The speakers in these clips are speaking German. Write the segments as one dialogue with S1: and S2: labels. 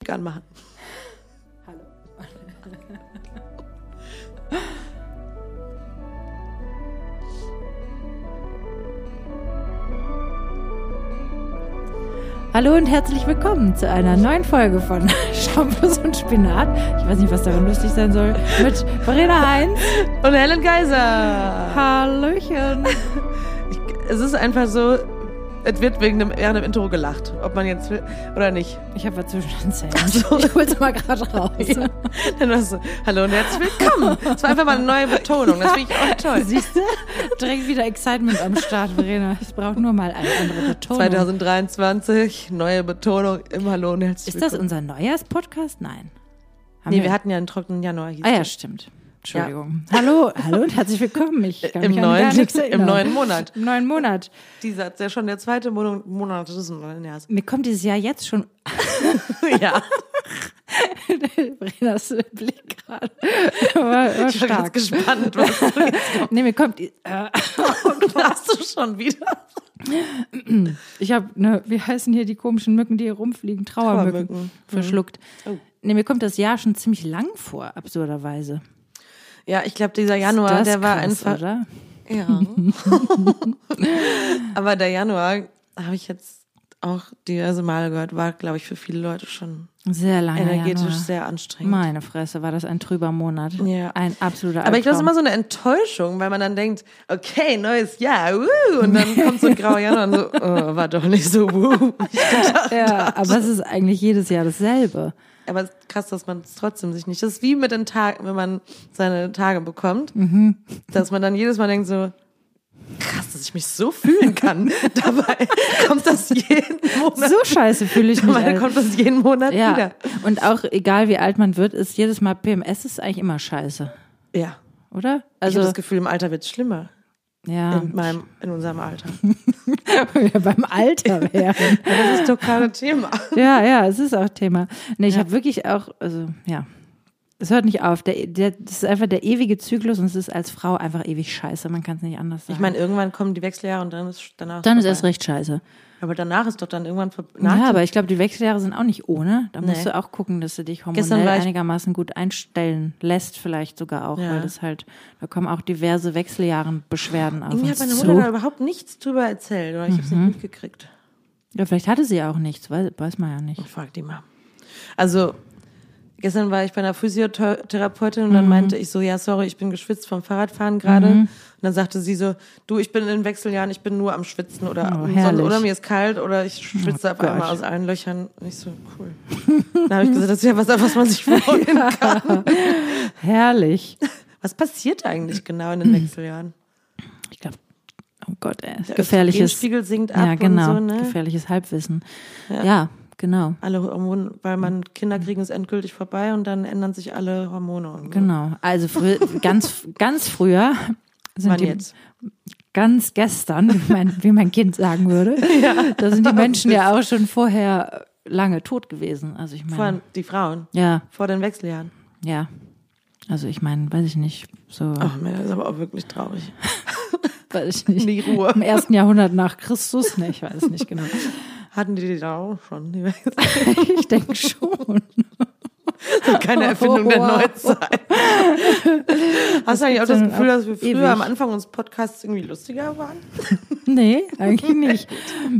S1: Musik anmachen.
S2: Hallo.
S3: Hallo und herzlich willkommen zu einer neuen Folge von Shampoos und Spinat. Ich weiß nicht, was daran lustig sein soll. Mit Verena Heinz.
S1: Und Helen Geiser.
S3: Hallöchen.
S1: Ich, es ist einfach so, es wird wegen dem, während dem Intro gelacht, ob man jetzt will oder nicht.
S3: Ich habe was zwischen den Zähnen. Ich hol's mal gerade raus.
S1: Ja. Dann warst du, hallo und herzlich willkommen. Es war einfach mal eine neue Betonung, das finde ich auch toll.
S3: Siehst du? Direkt wieder Excitement am Start, Verena. Es braucht nur mal eine andere Betonung.
S1: 2023, neue Betonung im Hallo und herzlich
S3: Ist das
S1: willkommen.
S3: unser Neujahrspodcast? Nein. Haben
S1: Nee, wir hatten ja einen trockenen Januar. Hieß
S3: Ah ja,
S1: das.
S3: stimmt. Entschuldigung. Hallo, hallo und herzlich willkommen. Ich kann
S1: Im
S3: mich an gar
S1: neuen-
S3: nichts
S1: im
S3: erinnern.
S1: neuen Monat.
S3: Im neuen Monat.
S1: Dieser ist ja schon der zweite Monat, Monat des neuen Jahres.
S3: Mir kommt dieses Jahr jetzt schon
S1: Ja,
S3: Brenas Blick gerade. War, war
S1: ich bin ganz
S3: stark.
S1: gespannt. Was du jetzt
S3: Nee, mir kommt. die- Äh,
S1: hast du schon wieder?
S3: ich habe ne, wie heißen hier die komischen Mücken, die hier rumfliegen? Trauermücken.
S1: Trauermücken. Mhm.
S3: Verschluckt.
S1: Oh.
S3: Nee, mir kommt das Jahr schon ziemlich lang vor, absurderweise.
S1: Ja, ich glaube, dieser Januar,
S3: das
S1: der war
S3: krass,
S1: einfach.
S3: Oder?
S1: Ja. Aber der Januar, habe ich jetzt auch diverse Male gehört, war, glaube ich, für viele Leute schon
S3: Sehr lange.
S1: energetisch
S3: Januar.
S1: sehr anstrengend.
S3: Meine Fresse, war das ein trüber Monat.
S1: Ja.
S3: Ein absoluter
S1: Aber ich glaube, das ist
S3: Albtraum.
S1: immer so eine Enttäuschung, weil man dann denkt, okay, neues Jahr, wuh, und dann kommt so ein grauer Januar und so, oh, war doch nicht so, wuh.
S3: Ja, aber es ist eigentlich jedes Jahr dasselbe.
S1: Aber es ist krass, dass man es trotzdem sich nicht, das ist wie mit den Tagen, wenn man seine Tage bekommt,
S3: Mhm.
S1: dass man dann jedes Mal denkt so, krass, dass ich mich so fühlen kann. Dabei kommt das jeden Monat.
S3: So scheiße fühle ich mich.
S1: Dabei
S3: Alter.
S1: kommt das jeden Monat
S3: ja.
S1: wieder.
S3: Und auch egal wie alt man wird, ist jedes Mal PMS ist eigentlich immer scheiße,
S1: Ja.
S3: oder?
S1: Also, ich habe
S3: Also Ah.
S1: das Gefühl, im Alter wird es schlimmer.
S3: ja,
S1: In, meinem, in unserem Alter.
S3: wieder beim Alter werden.
S1: Das ist doch gerade Thema.
S3: ja, ja, es ist auch Thema. Nee, ich habe wirklich auch, also ja, es hört nicht auf. Der, der, das ist einfach der ewige Zyklus und es ist als Frau einfach ewig scheiße. Man kann es nicht anders sagen.
S1: Ich meine, irgendwann kommen die Wechseljahre und dann ist danach.
S3: dann ist
S1: vorbei.
S3: erst recht scheiße.
S1: Aber danach ist doch dann irgendwann ver- nach
S3: Ja,
S1: dem-
S3: aber ich glaube, die Wechseljahre sind auch nicht ohne. Da musst
S1: Nee.
S3: du auch gucken, dass du dich
S1: Gestern
S3: hormonell
S1: war ich-
S3: einigermaßen gut einstellen lässt, vielleicht sogar auch,
S1: Ja.
S3: weil das halt, da kommen auch diverse Wechseljahrenbeschwerden auf
S1: Irgendwie
S3: uns
S1: hat meine Mutter da
S3: zu.
S1: überhaupt nichts drüber erzählt oder ich habe es nicht mitgekriegt.
S3: Ja, vielleicht hatte sie auch nichts, weiß, weiß man ja nicht.
S1: Ich Oh, frag die mal. Also, gestern war ich bei einer Physiotherapeutin
S3: Mhm.
S1: und dann meinte ich so, ja, sorry, ich bin geschwitzt vom Fahrradfahren gerade. Und dann sagte sie so, du, ich bin in Wechseljahren, ich bin nur am Schwitzen oder,
S3: Oh,
S1: am
S3: herrlich. Oh
S1: Sonne, oder mir ist kalt oder ich schwitze auf
S3: Gott.
S1: einmal aus allen Löchern. Und ich so, cool. dann habe ich gesagt, das ist ja was, auf was man sich freuen kann.
S3: Herrlich.
S1: Was passiert eigentlich genau in
S3: Mhm.
S1: den Wechseljahren?
S3: Ich glaube, oh Gott, ey,
S1: Der
S3: gefährliches.
S1: Östrogenspiegel sinkt ab
S3: Ja, genau,
S1: und so, ne?
S3: gefährliches Halbwissen.
S1: Ja.
S3: Ja, genau,
S1: alle Hormone, weil man
S3: Mhm.
S1: Kinder kriegen ist endgültig vorbei und dann ändern sich alle Hormone. Und so.
S3: genau. Also früher, ganz, ganz früher sind
S1: Wann
S3: die
S1: jetzt?
S3: ganz gestern, wie mein, wie mein Kind sagen würde. da sind die Menschen ja auch schon vorher lange tot gewesen. Also ich meine,
S1: Vor allem die Frauen.
S3: ja,
S1: Vor den Wechseljahren.
S3: ja. Also ich meine, weiß ich nicht, so,
S1: Ach, mir ist aber auch wirklich traurig.
S3: weiß ich nicht.
S1: Die Ruhe.
S3: Im ersten Jahrhundert nach Christus, ne, ich weiß nicht genau.
S1: Hatten die die da auch schon? Die Wechsel-
S3: Ich denke schon.
S1: Keine Erfindung der
S3: Wow.
S1: Neuzeit. Hast du eigentlich auch das
S3: sondern
S1: Gefühl,
S3: auch
S1: dass wir früher
S3: ewig.
S1: am Anfang uns Podcasts irgendwie lustiger waren?
S3: Nee, eigentlich nicht.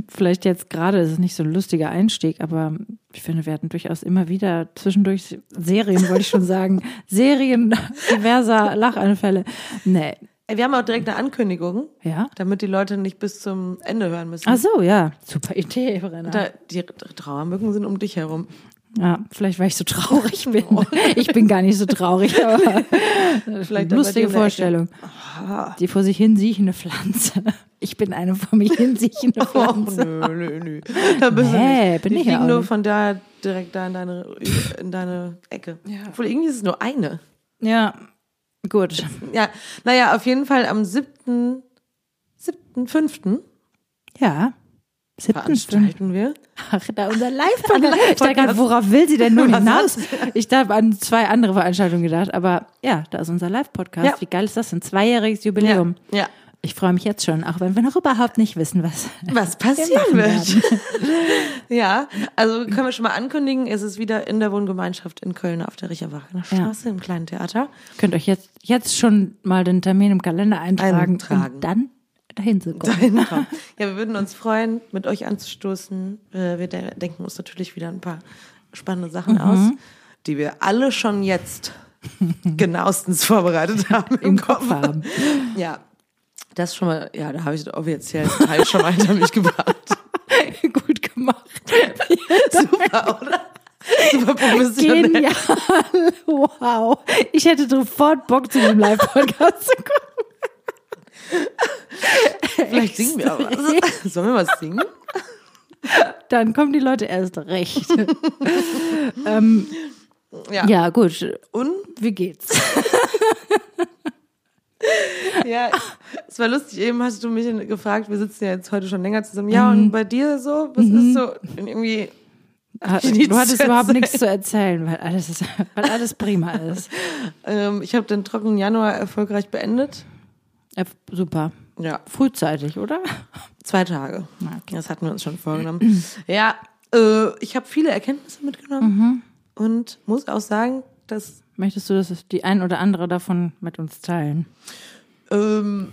S3: Vielleicht jetzt gerade ist es nicht so ein lustiger Einstieg, aber ich finde, wir hatten durchaus immer wieder zwischendurch Serien, wollte ich schon sagen. Serien diverser Lachanfälle. Nee.
S1: Ey, wir haben auch direkt eine Ankündigung,
S3: Ja?
S1: damit die Leute nicht bis zum Ende hören müssen.
S3: Ach so, ja. Super Idee, Brenner.
S1: Da, die Trauermücken sind um dich herum.
S3: Ja, vielleicht, weil ich so traurig bin. Ich bin gar nicht so traurig, aber
S1: Vielleicht aber die
S3: lustige
S1: in der Ecke.
S3: Vorstellung. Die vor sich hin siechende Pflanze. Ich bin eine vor mich hin siechende
S1: Oh,
S3: Pflanze.
S1: nö, nö, nö. Da bist
S3: Nee,
S1: du nicht.
S3: bin
S1: die
S3: ich ja
S1: fliegen
S3: auch
S1: nur
S3: nicht.
S1: von da direkt da in deine, in deine Ecke. Obwohl, irgendwie ist es nur eine.
S3: Ja, gut.
S1: Ja, naja, auf jeden Fall am 7., 7., 5.
S3: Ja. Siebten Stunde.
S1: veranstalten wir.
S3: Ach, da unser Live-Podcast. Ich dachte
S1: Live-Podcast.
S3: gerade, worauf will sie denn nur
S1: Was
S3: hinaus? Ich habe an zwei andere Veranstaltungen gedacht, aber ja, da ist unser Live-Podcast.
S1: Ja.
S3: Wie geil ist das denn? Zweijähriges Jubiläum.
S1: Ja,
S3: Ich freue mich jetzt schon, auch wenn wir noch überhaupt nicht wissen, was.
S1: Was passieren wird. ja, also können wir schon mal ankündigen, es ist wieder in der Wohngemeinschaft in Köln auf der Richerwachener Straße im kleinen Theater.
S3: Könnt euch jetzt, jetzt schon mal den Termin im Kalender eintragen,
S1: Eintragen.
S3: und dann dahin zu kommen.
S1: Dahin kommen. Ja, wir würden uns freuen, mit euch anzustoßen. Äh, Wir de denken uns natürlich wieder ein paar spannende Sachen aus, die wir alle schon jetzt genauestens vorbereitet haben im,
S3: Im
S1: Kopf.
S3: Kopf haben.
S1: Ja, das schon mal, ja, da habe ich den offiziellen Teil schon mal hinter mich gebracht.
S3: Gut gemacht.
S1: Super, oder? Super professionell.
S3: Genial. Wow. Ich hätte sofort Bock, zu dem Live-Podcast zu kommen.
S1: Vielleicht singen wir auch was. Sollen wir was singen?
S3: Dann kommen die Leute erst recht. Ähm,
S1: Ja.
S3: Ja, gut.
S1: Und
S3: Wie geht's?
S1: Ja, es war lustig. Eben hast du mich in- gefragt, wir sitzen ja jetzt heute schon länger zusammen. Ja, und bei dir so? Was ist so? Und irgendwie, ich nichts
S3: Äh, Du hattest
S1: zu
S3: überhaupt
S1: erzählen.
S3: nichts zu erzählen, weil alles, ist, weil alles prima ist.
S1: ähm, ich habe den trockenen Januar erfolgreich beendet.
S3: Äh, Super.
S1: Ja,
S3: Frühzeitig, oder?
S1: zwei Tage.
S3: Na, okay.
S1: Das hatten wir uns schon vorgenommen. ja, äh, ich habe viele Erkenntnisse
S3: Mhm.
S1: mitgenommen und muss auch sagen, dass
S3: Möchtest du, dass es die ein oder andere davon mit uns teilen?
S1: Ähm,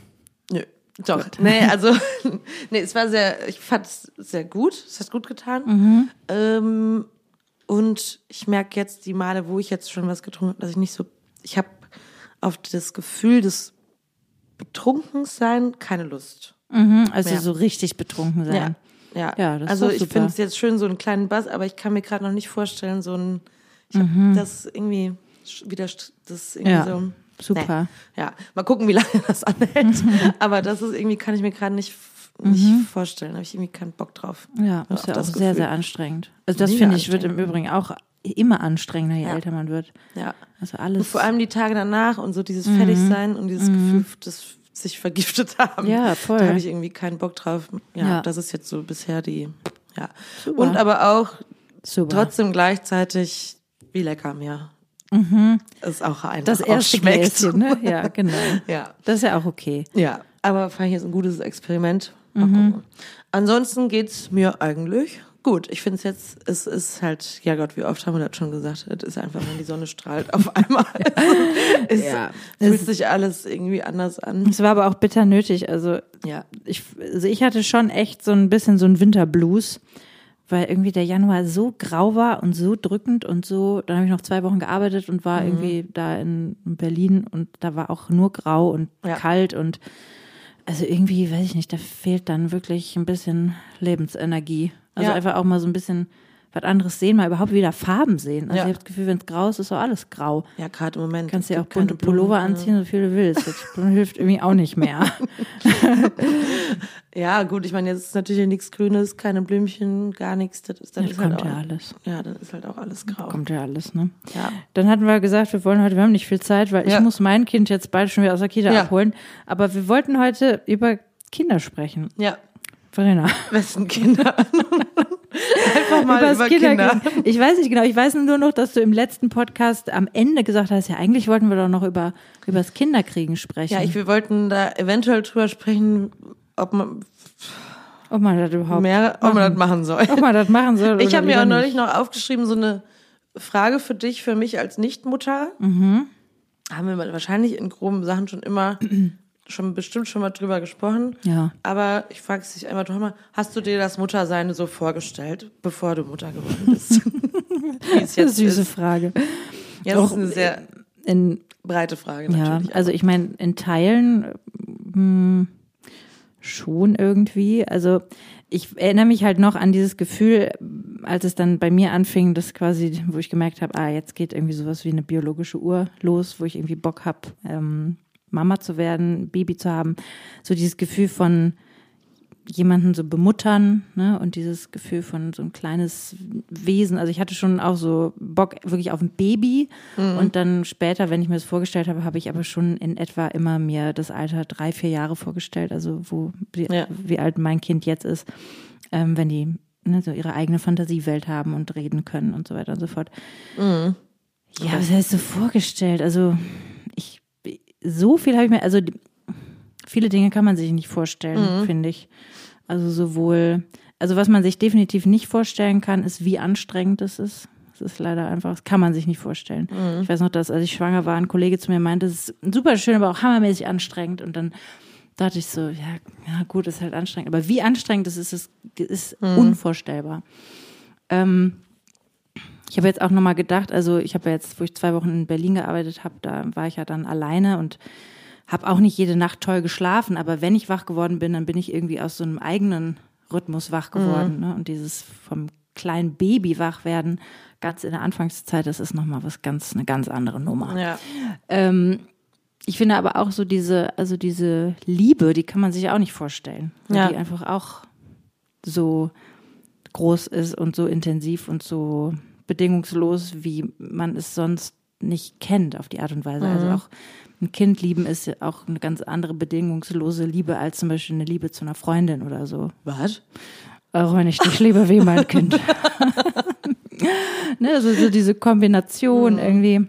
S1: nö. Doch. Nee, also, nee, es war sehr, ich fand es sehr gut. Es hat gut getan.
S3: Mhm.
S1: Ähm, und ich merke jetzt die Male, wo ich jetzt schon was getrunken habe, dass ich nicht so, ich habe auf das Gefühl des Betrunkensein keine Lust.
S3: Mhm, also
S1: Ja.
S3: so richtig betrunken sein.
S1: Ja.
S3: Ja, das ist
S1: also
S3: doch
S1: ich
S3: super.
S1: finde es jetzt schön, so einen kleinen Bass, aber ich kann mir gerade noch nicht vorstellen, so ein, ich hab das irgendwie sch- wieder, st- das irgendwie
S3: Mhm. Ja,
S1: so.
S3: super.
S1: Nee. Ja, mal gucken, wie lange das anhält. aber das ist irgendwie, kann ich mir gerade nicht, f- nicht vorstellen. Habe ich irgendwie keinen Bock drauf.
S3: Mhm. Ja,
S1: Ja,
S3: ist ja
S1: auf
S3: auch
S1: das
S3: sehr,
S1: Gefühl.
S3: sehr anstrengend. Also das
S1: Mega
S3: finde ich wird im Übrigen auch immer anstrengender, je älter man wird.
S1: Ja.
S3: Also
S1: Und
S3: alles.
S1: vor allem die Tage danach und so dieses
S3: Mhm.
S1: Fertigsein und dieses Gefühl, das sich vergiftet haben.
S3: Ja, voll.
S1: Da habe ich irgendwie keinen Bock drauf. Ja,
S3: Ja.
S1: das ist jetzt so bisher die, ja.
S3: Super.
S1: Und aber auch
S3: super.
S1: Trotzdem gleichzeitig, wie lecker mir. Ist auch einfach.
S3: Mhm. das erste
S1: auch schmeckt.
S3: Gläschen, ne? Ja, genau.
S1: Ja.
S3: Das ist ja Mhm. auch okay.
S1: Ja. Aber fand ich jetzt ein gutes Experiment. Mal gucken. Ansonsten geht's mir eigentlich gut. Ich finde es jetzt, es ist halt, ja Gott, wie oft haben wir das schon gesagt, es ist einfach, wenn die Sonne strahlt auf einmal. es
S3: Ja.
S1: fühlt sich alles irgendwie anders an.
S3: Es war aber auch bitter nötig. Also
S1: Ja.
S3: ich, also ich hatte schon echt so ein bisschen so ein Winterblues, weil irgendwie der Januar so grau war und so drückend und so. Dann habe ich noch zwei Wochen gearbeitet und
S1: Mhm.
S3: war irgendwie da in Berlin und da war auch nur grau und
S1: Ja.
S3: kalt und also irgendwie, weiß ich nicht, da fehlt dann wirklich ein bisschen Lebensenergie. Also
S1: Ja.
S3: einfach auch mal so ein bisschen was anderes sehen, mal überhaupt wieder Farben sehen. Also
S1: Ja.
S3: ich habe das Gefühl, wenn es grau ist, ist auch alles grau.
S1: Ja, gerade im Moment.
S3: Kannst
S1: es
S3: dir auch
S1: gibt keine
S3: bunte Pullover
S1: Blumen.
S3: anziehen, so viel du willst. Das hilft irgendwie auch nicht mehr.
S1: Ja, gut, ich meine, jetzt ist natürlich nichts Grünes, keine Blümchen, gar nichts. Das, ist- dann
S3: Das
S1: ist halt
S3: kommt ja
S1: auch-
S3: alles.
S1: Ja, dann ist halt auch alles grau.
S3: Kommt ja alles, ne?
S1: Ja.
S3: Dann hatten wir gesagt, wir wollen heute, wir haben nicht viel Zeit, weil
S1: Ja.
S3: ich muss mein Kind jetzt bald schon wieder aus der Kita
S1: Ja.
S3: abholen. Aber wir wollten heute über Kinder sprechen.
S1: Ja,
S3: Verena.
S1: besten Kinder. Einfach mal über,
S3: Übers
S1: Kinder.
S3: Kindergeld. Ich weiß nicht genau, ich weiß nur noch, dass du im letzten Podcast am Ende gesagt hast, ja, eigentlich wollten wir doch noch über, über das Kinderkriegen sprechen.
S1: Ja, ich, wir wollten da eventuell drüber sprechen, ob man
S3: ob man das überhaupt,
S1: mehr, ob man das machen soll.
S3: ob man das machen soll.
S1: Ich
S3: oder
S1: habe mir
S3: lieber
S1: auch neulich
S3: nicht.
S1: noch aufgeschrieben, so eine Frage für dich, für mich als Nichtmutter.
S3: Mhm.
S1: Haben wir wahrscheinlich in groben Sachen schon immer, schon bestimmt schon mal drüber gesprochen.
S3: Ja.
S1: Aber ich frage es dich einmal doch mal, hast du dir das Muttersein so vorgestellt, bevor du Mutter geworden bist? Wie es
S3: Das ist
S1: jetzt
S3: eine süße
S1: ist.
S3: Frage.
S1: Ja, das ist
S3: Auch
S1: eine sehr
S3: In,
S1: breite Frage
S3: Ja,
S1: natürlich.
S3: also ich meine, in Teilen mm, schon irgendwie. Also ich erinnere mich halt noch an dieses Gefühl, als es dann bei mir anfing, das quasi, wo ich gemerkt habe, ah, jetzt geht irgendwie sowas wie eine biologische Uhr los, wo ich irgendwie Bock habe, ähm, Mama zu werden, Baby zu haben. So dieses Gefühl von jemanden so bemuttern ne? und dieses Gefühl von so ein kleines Wesen. Also ich hatte schon auch so Bock wirklich auf ein Baby und dann später, wenn ich mir das vorgestellt habe, habe ich aber schon in etwa immer mir das Alter drei, vier Jahre vorgestellt, also wo wie,
S1: Ja.
S3: wie alt mein Kind jetzt ist, ähm, wenn die ne, so ihre eigene Fantasiewelt haben und reden können und so weiter und so fort. Ja, was heißt so vorgestellt? Also ich so viel habe ich mir, also die- viele Dinge kann man sich nicht vorstellen, finde ich. Also sowohl, also was man sich definitiv nicht vorstellen kann, ist, wie anstrengend es ist. Es ist leider einfach, das kann man sich nicht vorstellen. Ich weiß noch, dass als ich schwanger war, ein Kollege zu mir meinte, es ist super schön, aber auch hammermäßig anstrengend. Und dann dachte ich so, ja, ja gut, ist halt anstrengend. Aber wie anstrengend es ist, ist, ist unvorstellbar. Ähm, ich habe jetzt auch nochmal gedacht, also ich habe ja jetzt, wo ich zwei Wochen in Berlin gearbeitet habe, da war ich ja dann alleine und habe auch nicht jede Nacht toll geschlafen, aber wenn ich wach geworden bin, dann bin ich irgendwie aus so einem eigenen Rhythmus wach geworden. Ne? Und dieses vom kleinen Baby wach werden, ganz in der Anfangszeit, das ist nochmal was ganz, eine ganz andere Nummer.
S1: Ja.
S3: Ähm, ich finde aber auch so diese, also diese Liebe, die kann man sich auch nicht vorstellen. Weil
S1: Ja.
S3: Die einfach auch so groß ist und so intensiv und so bedingungslos, wie man es sonst nicht kennt auf die Art und Weise. Also auch ein Kind lieben ist ja auch eine ganz andere bedingungslose Liebe als zum Beispiel eine Liebe zu einer Freundin oder so.
S1: Was?
S3: Auch wenn ich dich liebe wie mein Kind. ne, also so diese Kombination irgendwie.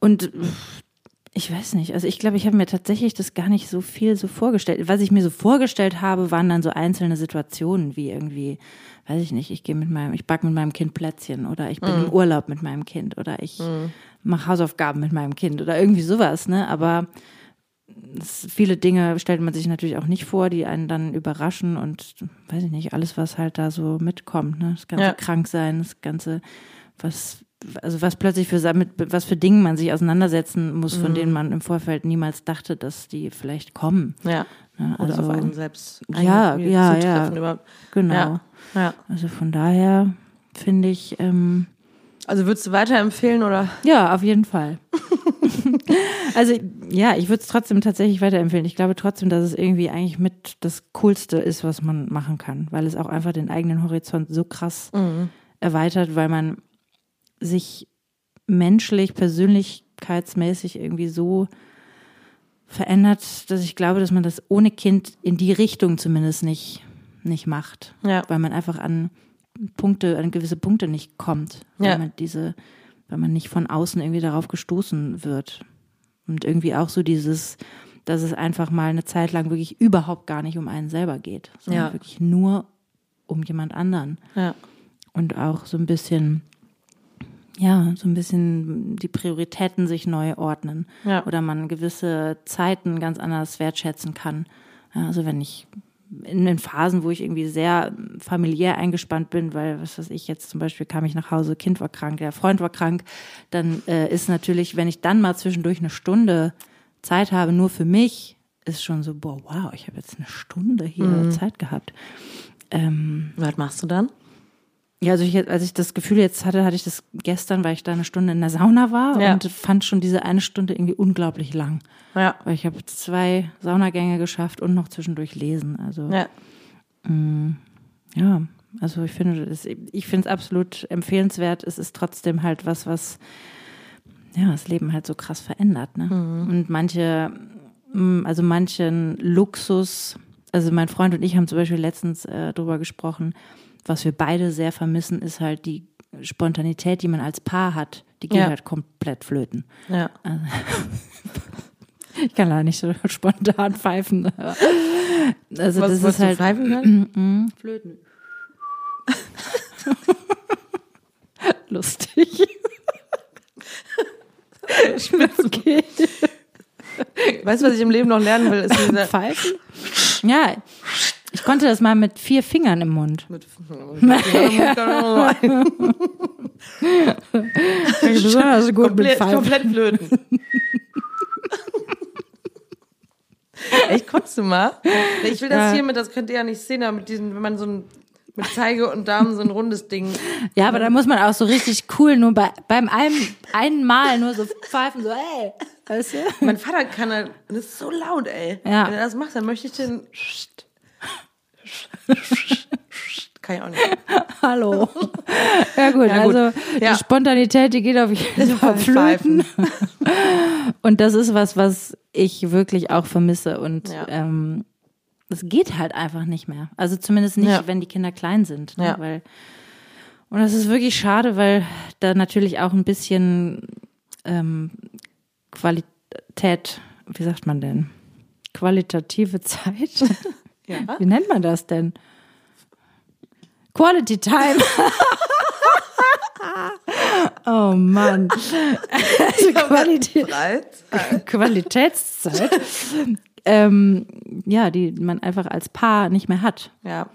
S3: Und pff, ich weiß nicht, also ich glaube, ich habe mir tatsächlich das gar nicht so viel so vorgestellt. Was ich mir so vorgestellt habe, waren dann so einzelne Situationen, wie irgendwie, weiß ich nicht, ich gehe mit meinem, ich backe mit meinem Kind Plätzchen oder ich bin im Urlaub mit meinem Kind oder ich mache Hausaufgaben mit meinem Kind oder irgendwie sowas, ne? Aber es- viele Dinge stellt man sich natürlich auch nicht vor, die einen dann überraschen und weiß ich nicht, alles, was halt da so mitkommt, ne? Das ganze
S1: Ja.
S3: Kranksein, das ganze, was, also was plötzlich für, Sa- mit was für Dingen man sich auseinandersetzen muss,
S1: Mhm.
S3: von denen man im Vorfeld niemals dachte, dass die vielleicht kommen.
S1: Ja.
S3: Ne?
S1: Oder ähm,
S3: Also,
S1: auf einen selbst
S3: Ja,
S1: irgendwie
S3: ja,
S1: zutreffen
S3: ja.
S1: überhaupt.
S3: genau.
S1: Ja. ja.
S3: Also von daher finde ich, ähm,
S1: Also würdest du weiterempfehlen oder?
S3: Ja, auf jeden Fall. also ja, ich würde es trotzdem tatsächlich weiterempfehlen. Ich glaube trotzdem, dass es irgendwie eigentlich mit das Coolste ist, was man machen kann, weil es auch einfach den eigenen Horizont so krass erweitert, weil man sich menschlich, persönlichkeitsmäßig irgendwie so verändert, dass ich glaube, dass man das ohne Kind in die Richtung zumindest nicht, nicht macht.
S1: Ja.
S3: Weil man einfach an Punkte, an gewisse Punkte nicht kommt. Weil
S1: Ja.
S3: man diese, weil man nicht von außen irgendwie darauf gestoßen wird. Und irgendwie auch so dieses, dass es einfach mal eine Zeit lang wirklich überhaupt gar nicht um einen selber geht, sondern
S1: Ja.
S3: wirklich nur um jemand anderen
S1: Ja.
S3: und auch so ein bisschen, ja, so ein bisschen die Prioritäten sich neu ordnen.
S1: Ja.
S3: Oder man gewisse Zeiten ganz anders wertschätzen kann. Ja, also wenn ich in den Phasen, wo ich irgendwie sehr familiär eingespannt bin, weil was weiß ich jetzt zum Beispiel kam ich nach Hause, Kind war krank, der Freund war krank, dann äh, ist natürlich, wenn ich dann mal zwischendurch eine Stunde Zeit habe, nur für mich, ist schon so, boah, wow, ich habe jetzt eine Stunde hier Zeit gehabt. Ähm,
S1: Was machst du dann?
S3: ja, also ich, jetzt- als ich das Gefühl jetzt hatte, hatte ich das gestern, weil ich da eine Stunde in der Sauna war
S1: Ja.
S3: und fand schon diese eine Stunde irgendwie unglaublich lang.
S1: Ja.
S3: Weil ich habe zwei Saunagänge geschafft und noch zwischendurch lesen. Also ja,
S1: Ja.
S3: also ich finde das, ich finde es absolut empfehlenswert. Es ist trotzdem halt was, was ja das Leben halt so krass verändert. Ne? Und manche, mm, also manchen Luxus, also mein Freund und ich haben zum Beispiel letztens äh, drüber gesprochen, was wir beide sehr vermissen, ist halt die Spontanität, die man als Paar hat. Die geht
S1: Ja.
S3: halt komplett flöten.
S1: Ja.
S3: Ich kann leider nicht so spontan pfeifen. Also
S1: Was,
S3: das
S1: was
S3: ist halt
S1: du pfeifen kannst?
S3: Flöten. Lustig. okay.
S1: Weißt du, was ich im Leben noch lernen will? Ist dieser
S3: Pfeifen? Ja, ich konnte das mal mit vier Fingern im Mund.
S1: mit Nein. also
S3: Besonders gut
S1: komplett, komplett flöten. Echt, konntest du mal? Ich will das
S3: Ja.
S1: hier mit, das könnt ihr ja nicht sehen, aber mit diesem, wenn man so ein, mit Zeige und Daumen so ein rundes Ding.
S3: Ja, aber da muss man auch so richtig cool nur bei, beim einem, einen Mal nur so pfeifen, so ey, weißt du?
S1: Mein Vater kann halt, das ist so laut, ey.
S3: Ja.
S1: Wenn er das macht, dann möchte ich den. Kann ich auch nicht.
S3: Hallo. Ja gut,
S1: Ja, gut.
S3: also
S1: Ja.
S3: die Spontanität, die geht auf jeden Fall flöten.
S1: Pfeifen.
S3: Und das ist was, was ich wirklich auch vermisse. Und
S1: Ja.
S3: ähm, es geht halt einfach nicht mehr. Also zumindest nicht,
S1: Ja.
S3: wenn die Kinder klein sind. Ne?
S1: Ja.
S3: Weil, und das ist wirklich schade, weil da natürlich auch ein bisschen ähm, Qualität, wie sagt man denn? qualitative Zeit.
S1: Ja.
S3: Wie nennt man das denn? Quality Time. oh Mann. Also Qualität.
S1: Bereit?
S3: Qualitätszeit, ähm, ja, die man einfach als Paar nicht mehr hat.
S1: Ja.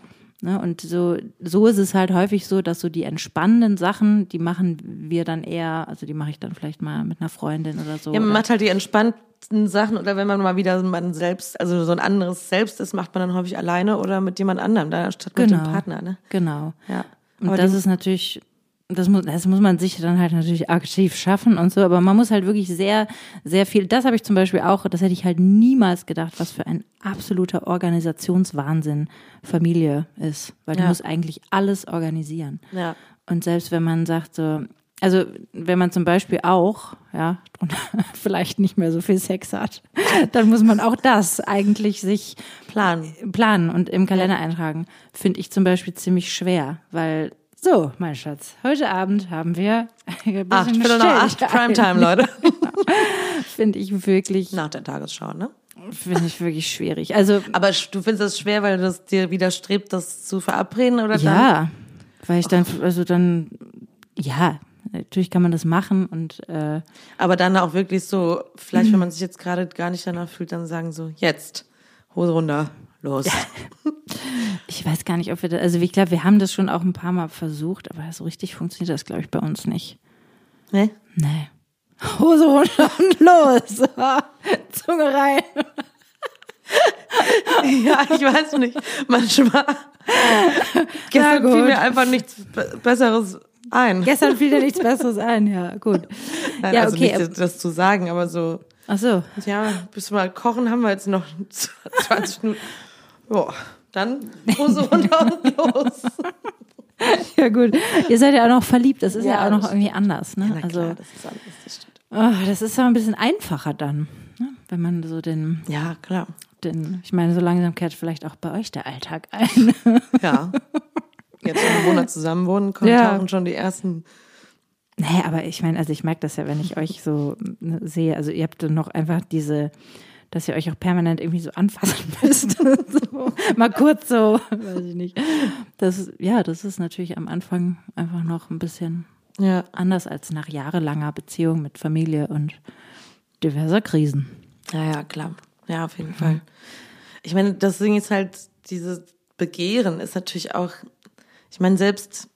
S3: Ne? Und so, so ist es halt häufig so, dass so die entspannenden Sachen, die machen wir dann eher, also die mache ich dann vielleicht mal mit einer Freundin oder so.
S1: Ja, man
S3: oder,
S1: macht halt die entspannten Sachen oder wenn man mal wieder man selbst, also so ein anderes Selbst ist, macht man dann häufig alleine oder mit jemand anderem, da statt mit dem Partner, ne?
S3: Genau.
S1: Ja.
S3: Und
S1: Aber
S3: das
S1: die-
S3: ist natürlich, das muss, das muss man sich dann halt natürlich aktiv schaffen und so, aber man muss halt wirklich sehr, sehr viel, das habe ich zum Beispiel auch, das hätte ich halt niemals gedacht, was für ein absoluter Organisationswahnsinn Familie ist, weil du
S1: Ja.
S3: musst eigentlich alles organisieren.
S1: Ja.
S3: Und selbst wenn man sagt so, also wenn man zum Beispiel auch, ja, drunter vielleicht nicht mehr so viel Sex hat, dann muss man auch das eigentlich sich
S1: Plan.
S3: planen und im Kalender eintragen, finde ich zum Beispiel ziemlich schwer, weil so, mein Schatz, heute Abend haben wir ein bisschen
S1: Acht, Viertel nach acht, Primetime, Leute.
S3: Finde ich wirklich,
S1: Nach der Tagesschau, ne?
S3: finde ich wirklich schwierig. Also
S1: Aber sch- du findest das schwer, weil das dir widerstrebt, das zu verabreden oder dann?
S3: ja, weil ich dann, also dann, ja, natürlich kann man das machen und äh,
S1: Aber dann auch wirklich so, vielleicht wenn man sich jetzt gerade gar nicht danach fühlt, dann sagen so, jetzt, Hose runter, los.
S3: ich weiß gar nicht, ob wir das, also ich glaube, wir haben das schon auch ein paar Mal versucht, aber so richtig funktioniert das, glaube ich, bei uns nicht.
S1: ne?
S3: Nee. Hose runter und los. Zunge rein.
S1: Ja, ich weiß nicht. Manchmal. Gestern
S3: gut.
S1: fiel mir einfach nichts Be- Besseres ein.
S3: Gestern fiel dir nichts Besseres ein, ja, gut.
S1: Nein,
S3: ja,
S1: also
S3: okay.
S1: nicht, das zu sagen, aber so,
S3: Ach so,
S1: ja, bis wir mal kochen haben wir jetzt noch 20 Minuten. Boah, dann Hose runter und los.
S3: ja gut. Ihr seid ja auch noch verliebt, das ist ja,
S1: Ja,
S3: auch noch
S1: das
S3: irgendwie anders, ne?
S1: Na
S3: also
S1: klar, das ist anders, das stimmt.
S3: oh, das ist aber ein bisschen einfacher dann, ne? wenn man so den,
S1: Ja, klar.
S3: den, ich meine, so langsam kehrt vielleicht auch bei euch der Alltag ein.
S1: Ja. Jetzt, wenn Bewohner zusammenwohnen, kommen
S3: Ja.
S1: tauchen schon die ersten.
S3: Nee, aber ich meine, also ich merke das ja, wenn ich euch so ne, sehe. Also ihr habt dann noch einfach diese, dass ihr euch auch permanent irgendwie so anfassen müsst. so, mal kurz so, weiß ich nicht. Das, ist- ja, das ist natürlich am Anfang einfach noch ein bisschen
S1: Ja.
S3: anders als nach jahrelanger Beziehung mit Familie und diverser Krisen.
S1: Ja, ja, klar. Ja, auf
S3: Mhm.
S1: jeden Fall. Ich meine, das Ding ist halt, dieses Begehren ist natürlich auch, ich meine, selbst,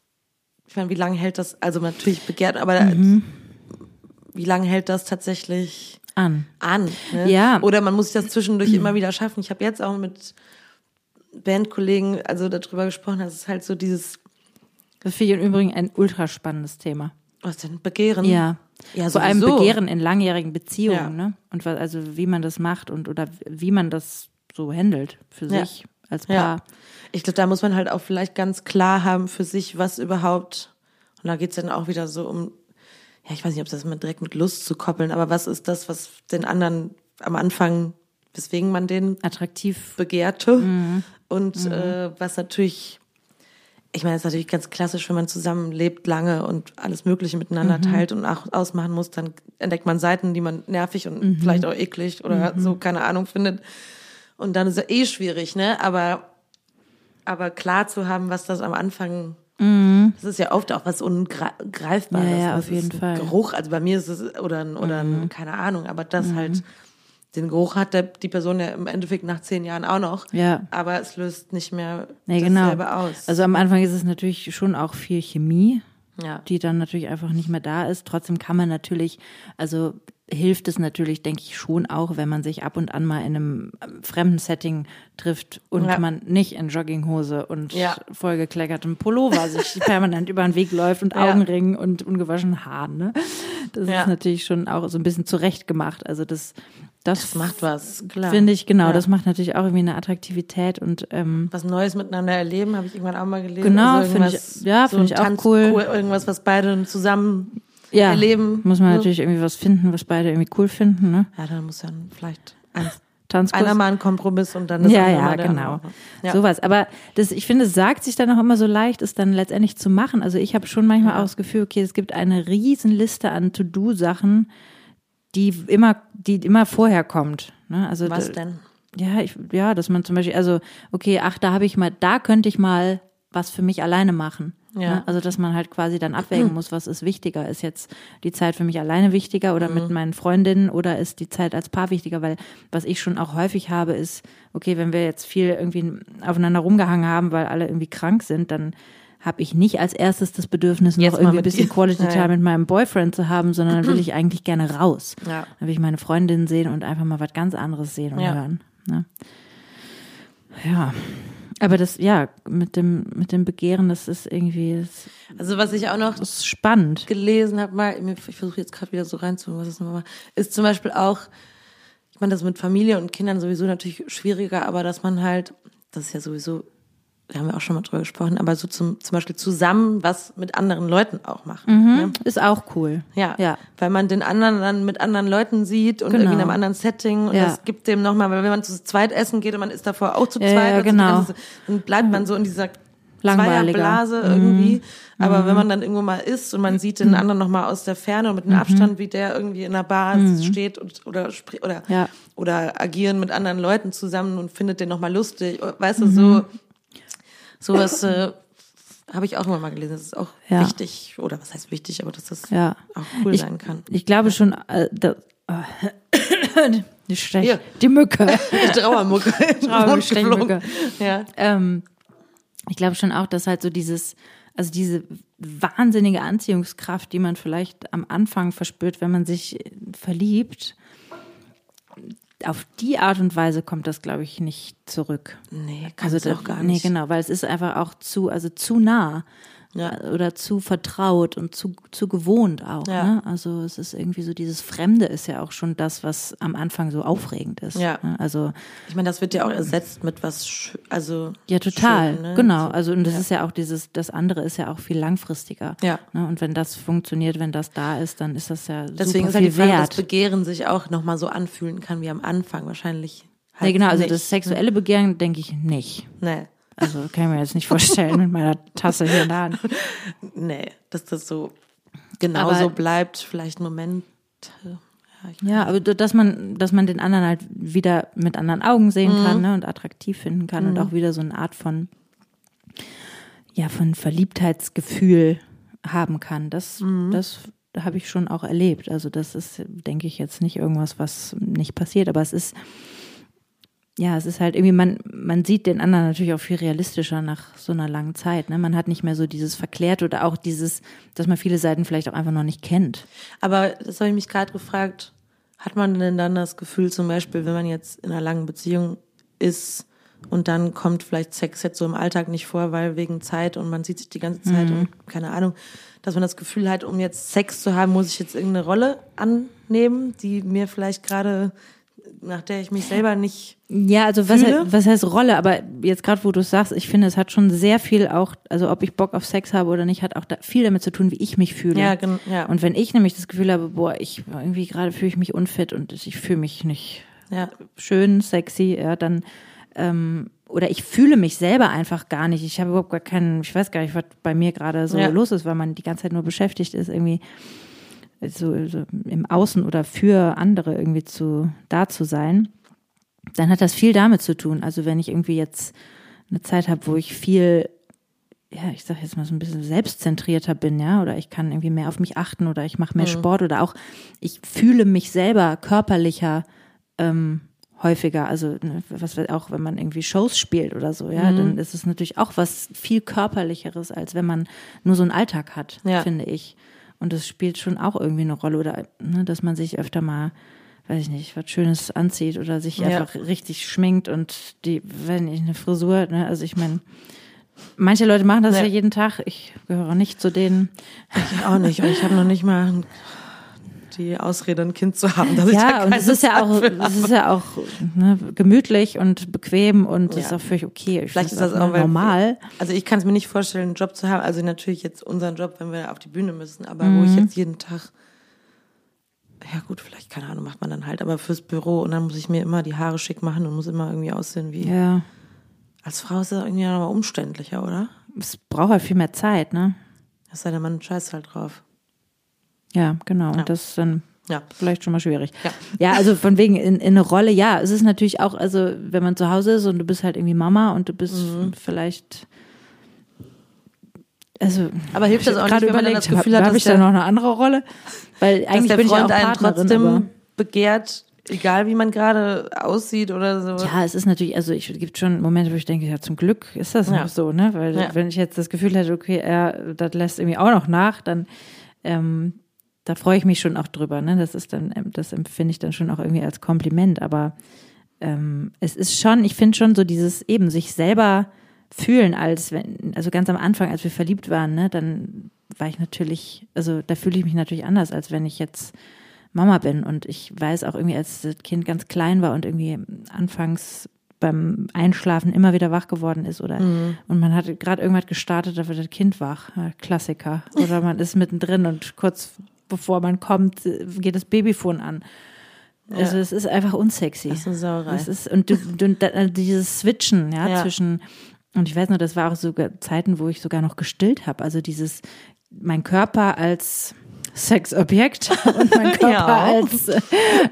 S1: ich meine, wie lange hält das, also natürlich begehrt, aber
S3: Mhm.
S1: wie lange hält das tatsächlich
S3: An.
S1: an? Ne?
S3: Ja. Mhm.
S1: Oder man muss sich das zwischendurch immer wieder schaffen. Ich habe jetzt auch mit Bandkollegen, also darüber gesprochen, das ist halt so dieses,
S3: Das finde ich im Übrigen ein ultra spannendes Thema. Also
S1: was denn, Begehren?
S3: Mhm. Ja.
S1: Ja,
S3: Vor allem
S1: sowieso.
S3: Begehren in langjährigen Beziehungen,
S1: Ja.
S3: ne? Und was, also wie man das macht und oder wie man das so handelt für
S1: Ja.
S3: sich als
S1: Ja.
S3: Paar.
S1: Ich glaube, da muss man halt auch vielleicht ganz klar haben für sich, was überhaupt. Und da geht's dann auch wieder so um, ja, ich weiß nicht, ob das man direkt mit Lust zu koppeln, aber was ist das, was den anderen am Anfang, weswegen man den
S3: Attraktiv.
S1: begehrte?
S3: Mhm.
S1: Und Äh, was natürlich, ich meine, es ist natürlich ganz klassisch, wenn man zusammenlebt lange und alles Mögliche
S3: Mhm.
S1: miteinander teilt und auch ausmachen muss, dann entdeckt man Seiten, die man nervig und
S3: Mhm.
S1: vielleicht auch eklig oder so, keine Ahnung, findet. Und dann ist es eh schwierig, ne? Aber aber klar zu haben, was das am Anfang. Das ist ja oft auch was Ungreifbares.
S3: Mhm. Ja, ja,
S1: Das
S3: auf jeden
S1: ist ein
S3: Fall. Mhm.
S1: Geruch, also bei mir ist es, oder, ein- oder ein, keine Ahnung, aber das halt, den Geruch hat der, die Person ja im Endeffekt nach zehn Jahren auch noch.
S3: Ja.
S1: Aber es löst nicht mehr
S3: Nee, genau.
S1: dasselbe aus.
S3: Also am Anfang ist es natürlich schon auch viel Chemie,
S1: ja.
S3: die dann natürlich einfach nicht mehr da ist. Trotzdem kann man natürlich, also hilft es natürlich, denke ich, schon auch, wenn man sich ab und an mal in einem ähm, fremden Setting trifft und
S1: Ja.
S3: man nicht in Jogginghose und
S1: Ja.
S3: vollgekleckertem Pullover sich permanent über den Weg läuft und
S1: Ja.
S3: Augenringen und ungewaschenen Haaren. Ne? Das
S1: Ja.
S3: ist natürlich schon auch so ein bisschen zurechtgemacht. Also das, das,
S1: das macht was, klar.
S3: finde ich, genau,
S1: Ja.
S3: das macht natürlich auch irgendwie eine Attraktivität und ähm,
S1: was Neues miteinander erleben, habe ich irgendwann auch mal gelesen.
S3: Genau,
S1: Also
S3: finde ich-
S1: irgendwas-
S3: ja,
S1: so
S3: finde
S1: ein
S3: ich auch
S1: Tanz-
S3: cool.
S1: Irgendwas, was beide zusammen
S3: ja,
S1: erleben. ne?
S3: muss man
S1: Ja.
S3: natürlich irgendwie was finden, was beide irgendwie cool finden. Ne?
S1: Ja, dann muss dann vielleicht eins,
S3: Tanzkurs.
S1: einer mal einen Kompromiss und dann das
S3: ja,
S1: andere
S3: ja,
S1: mal der
S3: genau.
S1: andere. Ja.
S3: Sowas. Aber das, ich finde, es sagt sich dann auch immer so leicht, es dann letztendlich zu machen. Also ich habe schon manchmal auch das Gefühl, okay, es gibt eine riesen Liste an To-Do-Sachen, die immer, die immer vorher kommt. Ne? Also
S1: Was
S3: d-
S1: denn?
S3: Ja, ich, ja, dass man zum Beispiel, also, okay, ach, da habe ich mal, da könnte ich mal was für mich alleine machen.
S1: Ja.
S3: Ne? Also, dass man halt quasi dann abwägen muss, was ist wichtiger? Ist jetzt die Zeit für mich alleine wichtiger oder
S1: Mhm.
S3: mit meinen Freundinnen oder ist die Zeit als Paar wichtiger? Weil was ich schon auch häufig habe, ist, okay, wenn wir jetzt viel irgendwie aufeinander rumgehangen haben, weil alle irgendwie krank sind, dann habe ich nicht als erstes das Bedürfnis,
S1: Jetzt
S3: noch
S1: mal
S3: irgendwie ein
S1: mit
S3: bisschen
S1: dir.
S3: Quality
S1: Ja, ja.
S3: Time mit meinem Boyfriend zu haben, sondern dann will ich eigentlich gerne raus.
S1: Ja.
S3: Dann will ich meine Freundin sehen und einfach mal was ganz anderes sehen und
S1: Ja.
S3: hören. Ne? Ja. Aber das, ja, mit dem, mit dem Begehren, das ist irgendwie das
S1: Also was ich auch noch
S3: ist spannend.
S1: gelesen habe, mal, mir- ich versuche jetzt gerade wieder so reinzuholen, was ist nochmal, ist zum Beispiel auch, ich meine, das mit Familie und Kindern sowieso natürlich schwieriger, aber dass man halt, das ist ja sowieso, da haben wir auch schon mal drüber gesprochen, aber so zum, zum Beispiel zusammen was mit anderen Leuten auch macht. Ne?
S3: Hm? Ist auch cool.
S1: Ja,
S3: Ja.
S1: weil man den anderen dann mit anderen Leuten sieht und
S3: Genau.
S1: irgendwie in einem anderen Setting und
S3: Ja.
S1: das gibt dem nochmal, weil wenn man zu zweit essen geht und man ist davor auch zu
S3: Ja,
S1: zweit,
S3: ja,
S1: und so die
S3: genau.
S1: ganze- dann bleibt man so in dieser
S3: Langweiliger. Mhm.
S1: Zweierblase irgendwie. Aber wenn man dann irgendwo mal ist und man sieht den anderen nochmal aus der Ferne und mit
S3: Mhm.
S1: einem Abstand, wie der irgendwie in einer Bar steht und, oder spri- oder,
S3: Ja.
S1: oder agieren mit anderen Leuten zusammen und findet den nochmal lustig, oh, weißt du,
S3: Mhm.
S1: so sowas äh, habe ich auch immer mal gelesen. Das ist auch
S3: Ja.
S1: wichtig, oder was heißt wichtig, aber dass das
S3: Ja.
S1: auch cool
S3: ich,
S1: sein kann.
S3: Ich glaube schon, äh, da, äh, die, Stech,
S1: Hier.
S3: die
S1: Die
S3: Mücke.
S1: Trauermucke.
S3: Trauermucke, Stechmücke.
S1: Ja.
S3: ähm, ich glaube schon auch, dass halt so dieses, also diese wahnsinnige Anziehungskraft, die man vielleicht am Anfang verspürt, wenn man sich verliebt, auf die Art und Weise kommt das, glaube ich, nicht zurück.
S1: Nee,
S3: Also
S1: kannst du
S3: da-
S1: auch gar
S3: Nee,
S1: nicht.
S3: genau, weil es ist einfach auch zu, also zu nah. äh,
S1: Ja.
S3: Oder zu vertraut und zu, zu gewohnt auch.
S1: Ja.
S3: Ne? Also es ist irgendwie so, dieses Fremde ist ja auch schon das, was am Anfang so aufregend ist.
S1: Ja.
S3: Ne? Also
S1: Ich meine, das wird ja auch ersetzt mit was, schö- also.
S3: ja, total.
S1: schön, ne?
S3: Genau. Also, und das ist ja auch dieses, das andere ist ja auch viel langfristiger.
S1: Ja.
S3: Ne? Und wenn das funktioniert, wenn das da ist, dann ist das ja
S1: Deswegen
S3: super
S1: ist halt die
S3: viel
S1: Frage, ob das
S3: wert.
S1: Begehren sich auch nochmal so anfühlen kann wie am Anfang wahrscheinlich. halt
S3: ja, genau. Also,
S1: nicht.
S3: das sexuelle Begehren denke ich nicht.
S1: Nee.
S3: Also, kann ich mir jetzt nicht vorstellen mit meiner Tasse hier in der Hand.
S1: Nee, dass das so genauso
S3: Aber-
S1: bleibt, vielleicht einen Moment. äh, Ja, ich,
S3: Ja, aber d- dass man, dass man den anderen halt wieder mit anderen Augen sehen kann ne, und attraktiv finden kann und auch wieder so eine Art von, ja, von Verliebtheitsgefühl haben kann. Das, das habe ich schon auch erlebt. Also das ist, denke ich, jetzt nicht irgendwas, was nicht passiert, aber es ist, ja, es ist halt irgendwie, man, man sieht den anderen natürlich auch viel realistischer nach so einer langen Zeit. Ne? Man hat nicht mehr so dieses verklärt oder auch dieses, dass man viele Seiten vielleicht auch einfach noch nicht kennt.
S1: aber das habe ich mich gerade gefragt. Hat man denn dann das Gefühl, zum Beispiel, wenn man jetzt in einer langen Beziehung ist und dann kommt vielleicht Sex jetzt so im Alltag nicht vor, weil wegen Zeit und man sieht sich die ganze
S3: Mhm.
S1: Zeit und keine Ahnung, dass man das Gefühl hat, um jetzt Sex zu haben, muss ich jetzt irgendeine Rolle annehmen, die mir vielleicht gerade, nach der ich mich selber nicht.
S3: Ja, also was,
S1: Fühle?
S3: he- was heißt Rolle? Aber jetzt gerade, wo du es sagst, ich finde, es hat schon sehr viel auch, also ob ich Bock auf Sex habe oder nicht, hat auch da viel damit zu tun, wie ich mich fühle.
S1: Ja, gen- ja.
S3: Und wenn ich nämlich das Gefühl habe, boah, ich irgendwie gerade fühle ich mich unfit und ich fühle mich nicht
S1: Ja,
S3: schön, sexy, ja, dann ähm, oder ich fühle mich selber einfach gar nicht. Ich habe überhaupt gar keinen, ich weiß gar nicht, was bei mir gerade so
S1: Ja.
S3: los ist, weil man die ganze Zeit nur beschäftigt ist, irgendwie so, so im Außen oder für andere irgendwie zu da zu sein. Dann hat das viel damit zu tun. Also wenn ich irgendwie jetzt eine Zeit habe, wo ich viel ja, ich sag jetzt mal so ein bisschen selbstzentrierter bin, ja, oder ich kann irgendwie mehr auf mich achten oder ich mache mehr Sport oder auch ich fühle mich selber körperlicher ähm, häufiger, also ne, was wir auch, wenn man irgendwie Shows spielt oder so, ja, dann ist es natürlich auch was viel körperlicheres, als wenn man nur so einen Alltag hat,
S1: Ja.
S3: finde ich. Und das spielt schon auch irgendwie eine Rolle oder ne, dass man sich öfter mal, weiß ich nicht, was Schönes anzieht oder sich
S1: Ja.
S3: einfach richtig schminkt und die, wenn ich eine Frisur, ne, also ich meine, manche Leute machen das
S1: Ja.
S3: ja jeden Tag. Ich gehöre nicht zu denen.
S1: ich auch nicht. Und ich habe noch nicht mal die Ausrede, ein Kind zu haben. Dass ich da
S3: Ja, und
S1: keine
S3: es ist ja
S1: Zeit
S3: auch,
S1: für
S3: es ist ja auch ne, gemütlich und bequem und es
S1: Ja.
S3: ist auch völlig okay. Ich
S1: Vielleicht
S3: find's
S1: ist das auch
S3: ne,
S1: weil
S3: normal.
S1: Also ich kann es mir nicht vorstellen, einen Job zu haben. Also natürlich jetzt unseren Job, wenn wir auf die Bühne müssen, aber wo
S3: Mhm.
S1: ich jetzt jeden Tag, ja gut, vielleicht keine Ahnung, macht man dann halt, aber fürs Büro und dann muss ich mir immer die Haare schick machen und muss immer irgendwie aussehen wie.
S3: Ja,
S1: Als Frau ist das irgendwie nochmal umständlicher, oder?
S3: es braucht halt viel mehr Zeit, ne?
S1: Es sei denn, man scheißt halt drauf.
S3: Ja, genau.
S1: Ja.
S3: Und das dann
S1: Ja.
S3: vielleicht schon mal schwierig.
S1: Ja.
S3: ja also von wegen in, in eine Rolle, ja, es ist natürlich auch, also wenn man zu Hause ist und du bist halt irgendwie Mama und du bist
S1: Mhm.
S3: vielleicht, also
S1: Aber hilft das
S3: ich
S1: auch
S3: hab
S1: nicht,
S3: gerade
S1: wenn man dann das
S3: überlegt, hab-
S1: Gefühl hat,
S3: habe
S1: dass
S3: ich da
S1: der,
S3: noch eine andere Rolle? Weil
S1: dass
S3: eigentlich
S1: der
S3: bin ich ja auch
S1: Freund einen
S3: Partnerin, aber
S1: trotzdem begehrt, egal wie man gerade aussieht oder so.
S3: ja, es ist natürlich, also ich gibt schon Momente, wo ich denke, ja, zum Glück ist das
S1: Ja.
S3: noch so, ne? Weil
S1: Ja.
S3: wenn ich jetzt das Gefühl hätte, okay, er, das lässt irgendwie auch noch nach, dann ähm, da freue ich mich schon auch drüber, ne? Das ist dann, ähm, das empfinde ich dann schon auch irgendwie als Kompliment, aber ähm, es ist schon, ich finde schon so dieses eben sich selber fühlen, als wenn, also ganz am Anfang, als wir verliebt waren, ne, dann war ich natürlich, also da fühle ich mich natürlich anders, als wenn ich jetzt Mama bin. Und ich weiß auch irgendwie, als das Kind ganz klein war und irgendwie anfangs beim Einschlafen immer wieder wach geworden ist oder und man hat gerade irgendwas gestartet, da wird das Kind wach. Ja, Klassiker. Oder man ist mittendrin und kurz bevor man kommt, äh, geht das Babyfon an. Also es ist einfach unsexy.
S1: Das ist eine Sauerei.
S3: Das ist, und du, du, da, also dieses Switchen, ja,
S1: Ja.
S3: zwischen, und ich weiß nur, das war auch sogar Zeiten, wo ich sogar noch gestillt habe. Also dieses, mein Körper als Sexobjekt und mein Körper
S1: Ja.
S3: als äh,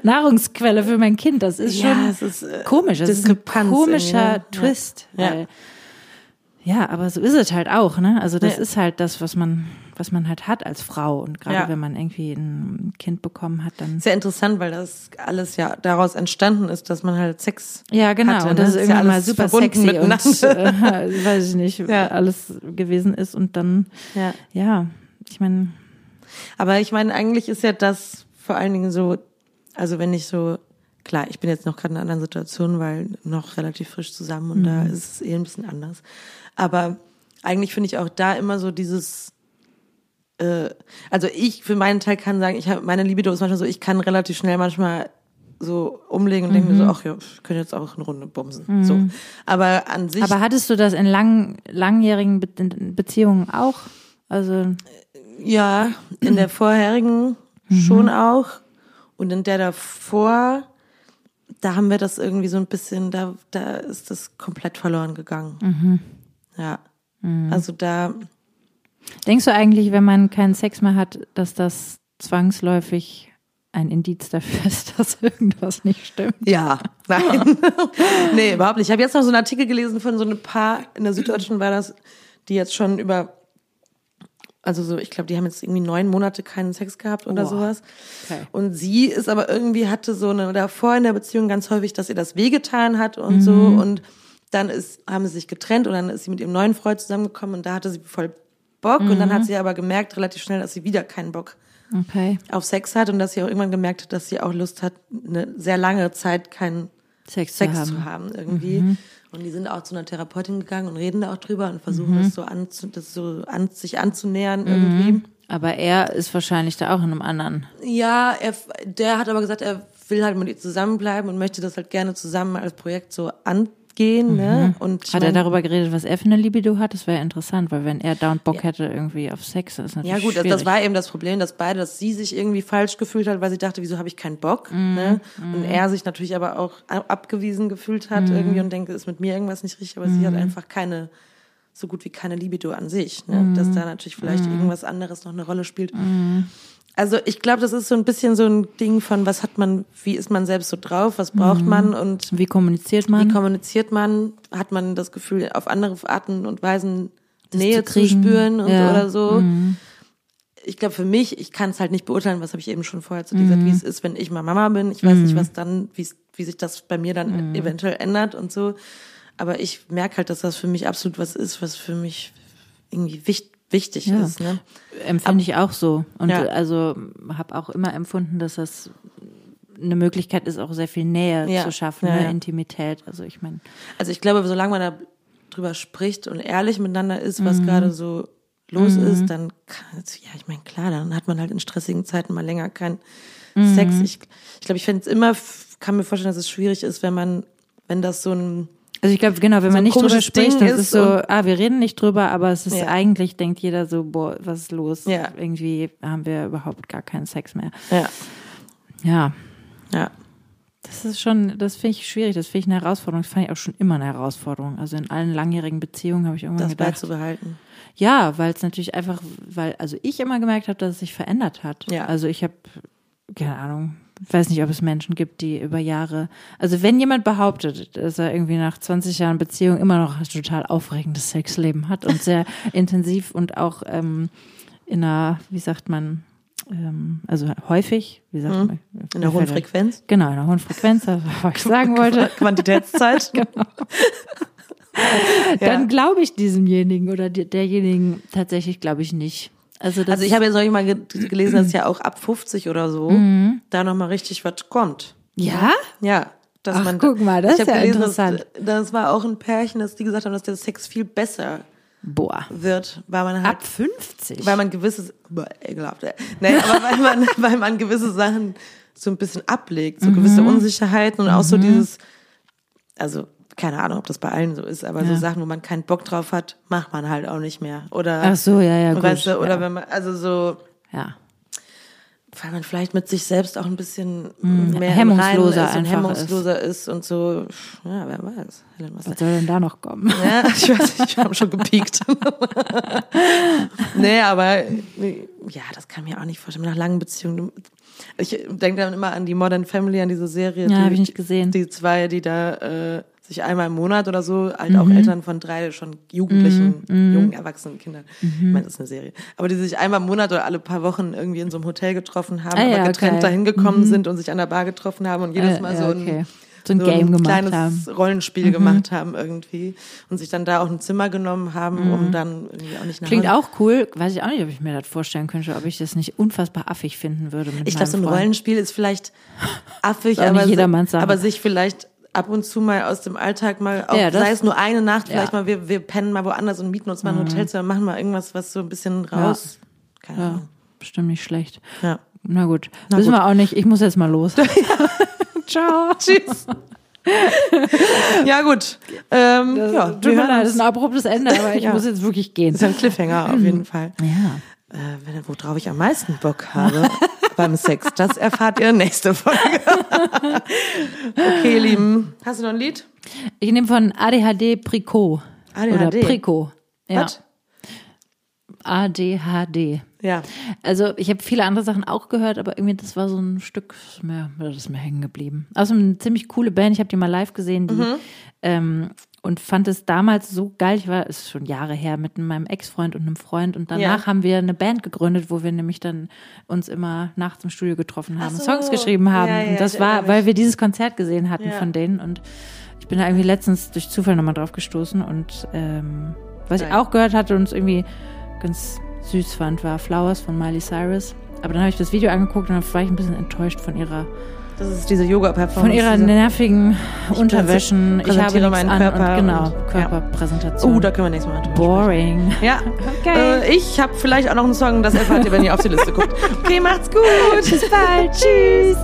S3: Nahrungsquelle für mein Kind. Das ist
S1: Ja,
S3: schon
S1: es ist, äh,
S3: komisch. Das ist ein
S1: Diskrepanz
S3: komischer
S1: irgendwie, ne? Ja.
S3: Twist.
S1: Ja.
S3: Weil, ja, aber so ist es halt auch, ne? Also das
S1: Ja.
S3: ist halt das, was man, was man halt hat als Frau. Und gerade
S1: Ja.
S3: wenn man irgendwie ein Kind bekommen hat, dann
S1: Sehr interessant, weil das alles ja daraus entstanden ist, dass man halt Sex
S3: Ja, genau.
S1: hatte,
S3: und
S1: ne?
S3: das ist
S1: Ist ja
S3: irgendwann mal
S1: alles
S3: super
S1: verbunden
S3: sexy und äh, weiß ich nicht,
S1: Ja.
S3: alles gewesen ist und dann,
S1: Ja.
S3: ja, ich meine,
S1: Aber ich meine, eigentlich ist ja das vor allen Dingen so, also wenn ich so, klar, ich bin jetzt noch gerade in einer anderen Situation, weil noch relativ frisch zusammen und da ist es eh ein bisschen anders. Aber eigentlich finde ich auch da immer so dieses, äh, also ich für meinen Teil kann sagen, ich habe meine Libido ist manchmal so, ich kann relativ schnell manchmal so umlegen und denke mir so, ach ja, ich könnte jetzt auch eine Runde bumsen. So. Aber an sich
S3: aber hattest du das in lang, langjährigen Be in Beziehungen auch? Also,
S1: Ja, in der vorherigen schon auch. Und in der davor, da haben wir das irgendwie so ein bisschen, da, da ist das komplett verloren gegangen. Ja. Also da,
S3: denkst du eigentlich, wenn man keinen Sex mehr hat, dass das zwangsläufig ein Indiz dafür ist, dass irgendwas nicht stimmt?
S1: Ja, nein. nee, überhaupt nicht. Ich habe jetzt noch so einen Artikel gelesen von so einem Paar in der Süddeutschen war das, die jetzt schon über, also so, ich glaube, die haben jetzt irgendwie neun Monate keinen Sex gehabt oder
S3: Boah.
S1: sowas.
S3: Okay.
S1: Und sie ist aber irgendwie hatte so eine davor in der Beziehung ganz häufig, dass ihr das wehgetan hat und so.
S3: Mhm.
S1: Und dann ist, haben sie sich getrennt und dann ist sie mit ihrem neuen Freund zusammengekommen und da hatte sie voll Bock und
S3: Mhm.
S1: dann hat sie aber gemerkt relativ schnell, dass sie wieder keinen Bock
S3: Okay.
S1: auf Sex hat und dass sie auch irgendwann gemerkt hat, dass sie auch Lust hat, eine sehr lange Zeit keinen
S3: Sex,
S1: Sex
S3: zu haben. Mhm.
S1: zu haben irgendwie. Und die sind auch zu einer Therapeutin gegangen und reden da auch drüber und versuchen
S3: Mhm.
S1: das so, anzu, das so an, sich anzunähern irgendwie.
S3: Aber er ist wahrscheinlich da auch in einem anderen.
S1: Ja, er, f- der hat aber gesagt, er will halt mit ihr zusammenbleiben und möchte das halt gerne zusammen als Projekt so angehen. Ne? Und ich
S3: Mhm. Hat er
S1: mein-
S3: darüber geredet, was er für eine Libido hat? Das wäre interessant, weil wenn er down Bock hätte irgendwie auf Sex, ist
S1: Ja
S3: natürlich
S1: gut, das,
S3: schwierig.
S1: das war eben das Problem, dass beide, dass sie sich irgendwie falsch gefühlt hat, weil sie dachte, wieso habe ich keinen Bock? ne?
S3: Mm,
S1: Und er sich natürlich aber auch a- abgewiesen gefühlt hat irgendwie und denkt, ist mit mir irgendwas nicht richtig, aber sie
S3: Mm.
S1: hat einfach keine, so gut wie keine Libido an sich. Ne? Dass
S3: Mm.
S1: da natürlich vielleicht irgendwas anderes noch eine Rolle spielt. Also ich glaube, das ist so ein bisschen so ein Ding von, was hat man, wie ist man selbst so drauf, was braucht
S3: Mm.
S1: man und
S3: Wie kommuniziert
S1: wie
S3: man?
S1: kommuniziert man? Hat man das Gefühl, auf andere Arten und Weisen Nähe
S3: zu
S1: zu,
S3: kriegen.
S1: spüren und,
S3: Ja. Mhm.
S1: oder so? Ich glaube, für mich, ich kann es halt nicht beurteilen, was habe ich eben schon vorher zu dir
S3: Mhm.
S1: gesagt, wie es ist, wenn ich mal Mama bin. Ich weiß nicht, was dann, wie's- wie sich das bei mir dann
S3: Mhm.
S1: eventuell ändert und so. Aber ich merke halt, dass das für mich absolut was ist, was für mich irgendwie wichtig, wichtig
S3: Ja.
S1: ist. Ne?
S3: Empfinde ich auch so. Und
S1: Ja.
S3: also habe auch immer empfunden, dass das eine Möglichkeit ist, auch sehr viel Nähe
S1: Ja.
S3: zu schaffen,
S1: Ja,
S3: ne?
S1: ja.
S3: Intimität. Also ich meine,
S1: Also ich glaube, solange man da drüber spricht und ehrlich miteinander ist, was gerade so los ist, dann kann, ja, ich meine, klar, dann hat man halt in stressigen Zeiten mal länger keinen Sex. Ich, ich glaube, ich fände es immer, f- kann mir vorstellen, dass es schwierig ist, wenn man, wenn das so ein,
S3: also ich glaube, genau, wenn
S1: ein
S3: man nicht drüber
S1: komisches
S3: spricht,
S1: Ding
S3: das
S1: ist
S3: ist so,
S1: und-
S3: ah, wir reden nicht drüber, aber es ist
S1: Ja.
S3: eigentlich, denkt jeder so, boah, was ist los?
S1: Ja.
S3: Irgendwie haben wir überhaupt gar keinen Sex mehr.
S1: ja,
S3: Ja,
S1: ja,
S3: Das ist schon, das finde ich schwierig, das finde ich eine Herausforderung. Das fand ich auch schon immer eine Herausforderung. Also in allen langjährigen Beziehungen habe ich irgendwann
S1: das
S3: gedacht,
S1: beizubehalten.
S3: ja, weil es natürlich einfach, weil also ich immer gemerkt habe, dass es sich verändert hat.
S1: Ja.
S3: Also ich habe keine Ahnung, weiß nicht, ob es Menschen gibt, die über Jahre, also wenn jemand behauptet, dass er irgendwie nach 20 Jahren Beziehung immer noch ein total aufregendes Sexleben hat und sehr intensiv und auch ähm, in einer, wie sagt man, ähm, also häufig, wie sagt man?
S1: Mhm. In der hohen
S3: Frequenz.
S1: Frequenz.
S3: Genau, in einer hohen Frequenz, das war, was ich sagen wollte.
S1: Quantitätszeit.
S3: Dann glaube ich diesemjenigen oder die- derjenigen tatsächlich glaube ich nicht. Also, das
S1: Also ich habe jetzt neulich mal ge- gelesen, dass ja auch ab 50 oder so da nochmal richtig was kommt.
S3: ja,
S1: Ja. Dass
S3: Ach,
S1: man,
S3: guck mal, das
S1: ich
S3: ist
S1: habe
S3: ja
S1: gelesen,
S3: interessant.
S1: Dass, das war auch ein Pärchen, dass die gesagt haben, dass der Sex viel besser
S3: boah,
S1: wird, weil man halt,
S3: ab 50.
S1: weil man gewisse, boah, ekelhaft, ey. nee, aber weil man, weil man gewisse Sachen so ein bisschen ablegt, so gewisse
S3: Mhm.
S1: Unsicherheiten und auch so dieses, also keine Ahnung, ob das bei allen so ist, aber so
S3: Ja.
S1: Sachen, wo man keinen Bock drauf hat, macht man halt auch nicht mehr, oder?
S3: Ach so, ja, ja, gut.
S1: Weißt du, oder
S3: ja.
S1: wenn man, also so,
S3: ja.
S1: weil man vielleicht mit sich selbst auch ein bisschen mehr im
S3: Hm, hemmungsloser
S1: Reinen ist und
S3: einfach
S1: hemmungsloser ist. und so, ja, wer weiß. Helen, was
S3: Was soll denn da noch kommen?
S1: ja, ich weiß nicht, wir haben schon gepiekt. nee, aber nee, ja, das kann ich mir auch nicht vorstellen. Nach langen Beziehungen. Ich denke dann immer an die Modern Family, an diese Serie.
S3: Ja,
S1: die-
S3: hab ich nicht gesehen.
S1: Die zwei, die da äh, sich einmal im Monat oder so, halt
S3: Mhm.
S1: auch Eltern von drei schon jugendlichen, jungen, erwachsenen Kindern.
S3: Mhm.
S1: Ich meine, das ist eine Serie. Aber die sich einmal im Monat oder alle paar Wochen irgendwie in so einem Hotel getroffen haben,
S3: Ah,
S1: aber
S3: ja,
S1: getrennt
S3: geil.
S1: dahin gekommen sind und sich an der Bar getroffen haben und jedes
S3: Äh,
S1: Mal
S3: ja,
S1: so ein
S3: okay. so ein Game gemacht
S1: kleines
S3: haben. Mhm.
S1: Rollenspiel gemacht haben irgendwie und sich dann da auch ein Zimmer genommen haben, um dann irgendwie auch nicht nach
S3: Mhm. Klingt
S1: Hause-
S3: auch cool. Weiß ich auch nicht, ob ich mir das vorstellen könnte, ob ich das nicht unfassbar affig finden würde. Mit
S1: Ich glaube, so ein
S3: meinem Freund.
S1: Rollenspiel ist vielleicht affig,
S3: Ist auch nicht
S1: aber,
S3: jedermanns Sache.
S1: aber sich vielleicht ab und zu mal aus dem Alltag mal, auch,
S3: Ja, das-
S1: sei es nur eine Nacht, vielleicht
S3: Ja. Mhm.
S1: mal, wir, wir pennen mal woanders und mieten uns mal ein Hotelzimmer, machen mal irgendwas, was so ein bisschen raus. Keine Ahnung.
S3: Ja, bestimmt nicht schlecht.
S1: Ja.
S3: Na gut. Wissen wir auch nicht. Ich muss jetzt mal los. Ciao.
S1: Tschüss. ja, gut. Ähm,
S3: Das,
S1: ja,
S3: tut
S1: wir
S3: mir
S1: hören
S3: leid, das
S1: uns.
S3: ist ein abruptes Ende, aber ich
S1: Ja.
S3: muss jetzt wirklich gehen.
S1: Das ist ein Cliffhanger auf jeden Fall.
S3: Ja.
S1: Äh, wenn- worauf ich am meisten Bock habe beim Sex, das erfahrt ihr nächste Folge. okay, ihr Lieben. Hast du noch ein Lied?
S3: Ich nehme von ADHD Pricot. Oder
S1: ADHD?
S3: Pricot. Ja.
S1: Was?
S3: ADHD.
S1: Ja.
S3: Also ich habe viele andere Sachen auch gehört, aber irgendwie das war so ein Stück, das ist mir, das ist mir hängen geblieben. Außerdem eine ziemlich coole Band, ich habe die mal live gesehen die,
S1: Mhm.
S3: ähm, und fand es damals so geil. Ich war, es ist schon Jahre her, mit meinem Ex-Freund und einem Freund und danach
S1: Ja.
S3: haben wir eine Band gegründet, wo wir nämlich dann uns immer nachts im Studio getroffen haben,
S1: so.
S3: Songs geschrieben haben.
S1: Ja, ja,
S3: und das
S1: ich
S3: war,
S1: erinnere
S3: weil wir dieses Konzert gesehen hatten
S1: Ja.
S3: von denen und ich bin da irgendwie letztens durch Zufall nochmal drauf gestoßen und ähm, was ich
S1: Geil.
S3: auch gehört hatte und es irgendwie ganz süß fand, war Flowers von Miley Cyrus. Aber dann habe ich das Video angeguckt und dann war ich ein bisschen enttäuscht von ihrer,
S1: Das ist diese Yoga-Performance.
S3: von ihrer
S1: diese-
S3: nervigen Unterwäschen. Ich habe
S1: präsentiere
S3: nichts
S1: meinen
S3: an
S1: Körper
S3: und genau,
S1: und-
S3: Körperpräsentation.
S1: Oh, da können wir nächstes Mal drüber
S3: Boring.
S1: sprechen. Ja.
S3: Okay.
S1: Äh, Äh, ich habe vielleicht auch noch einen Song, das erfahrt ihr, wenn ihr auf die Liste guckt. Okay, macht's gut.
S3: Bis bald. Tschüss.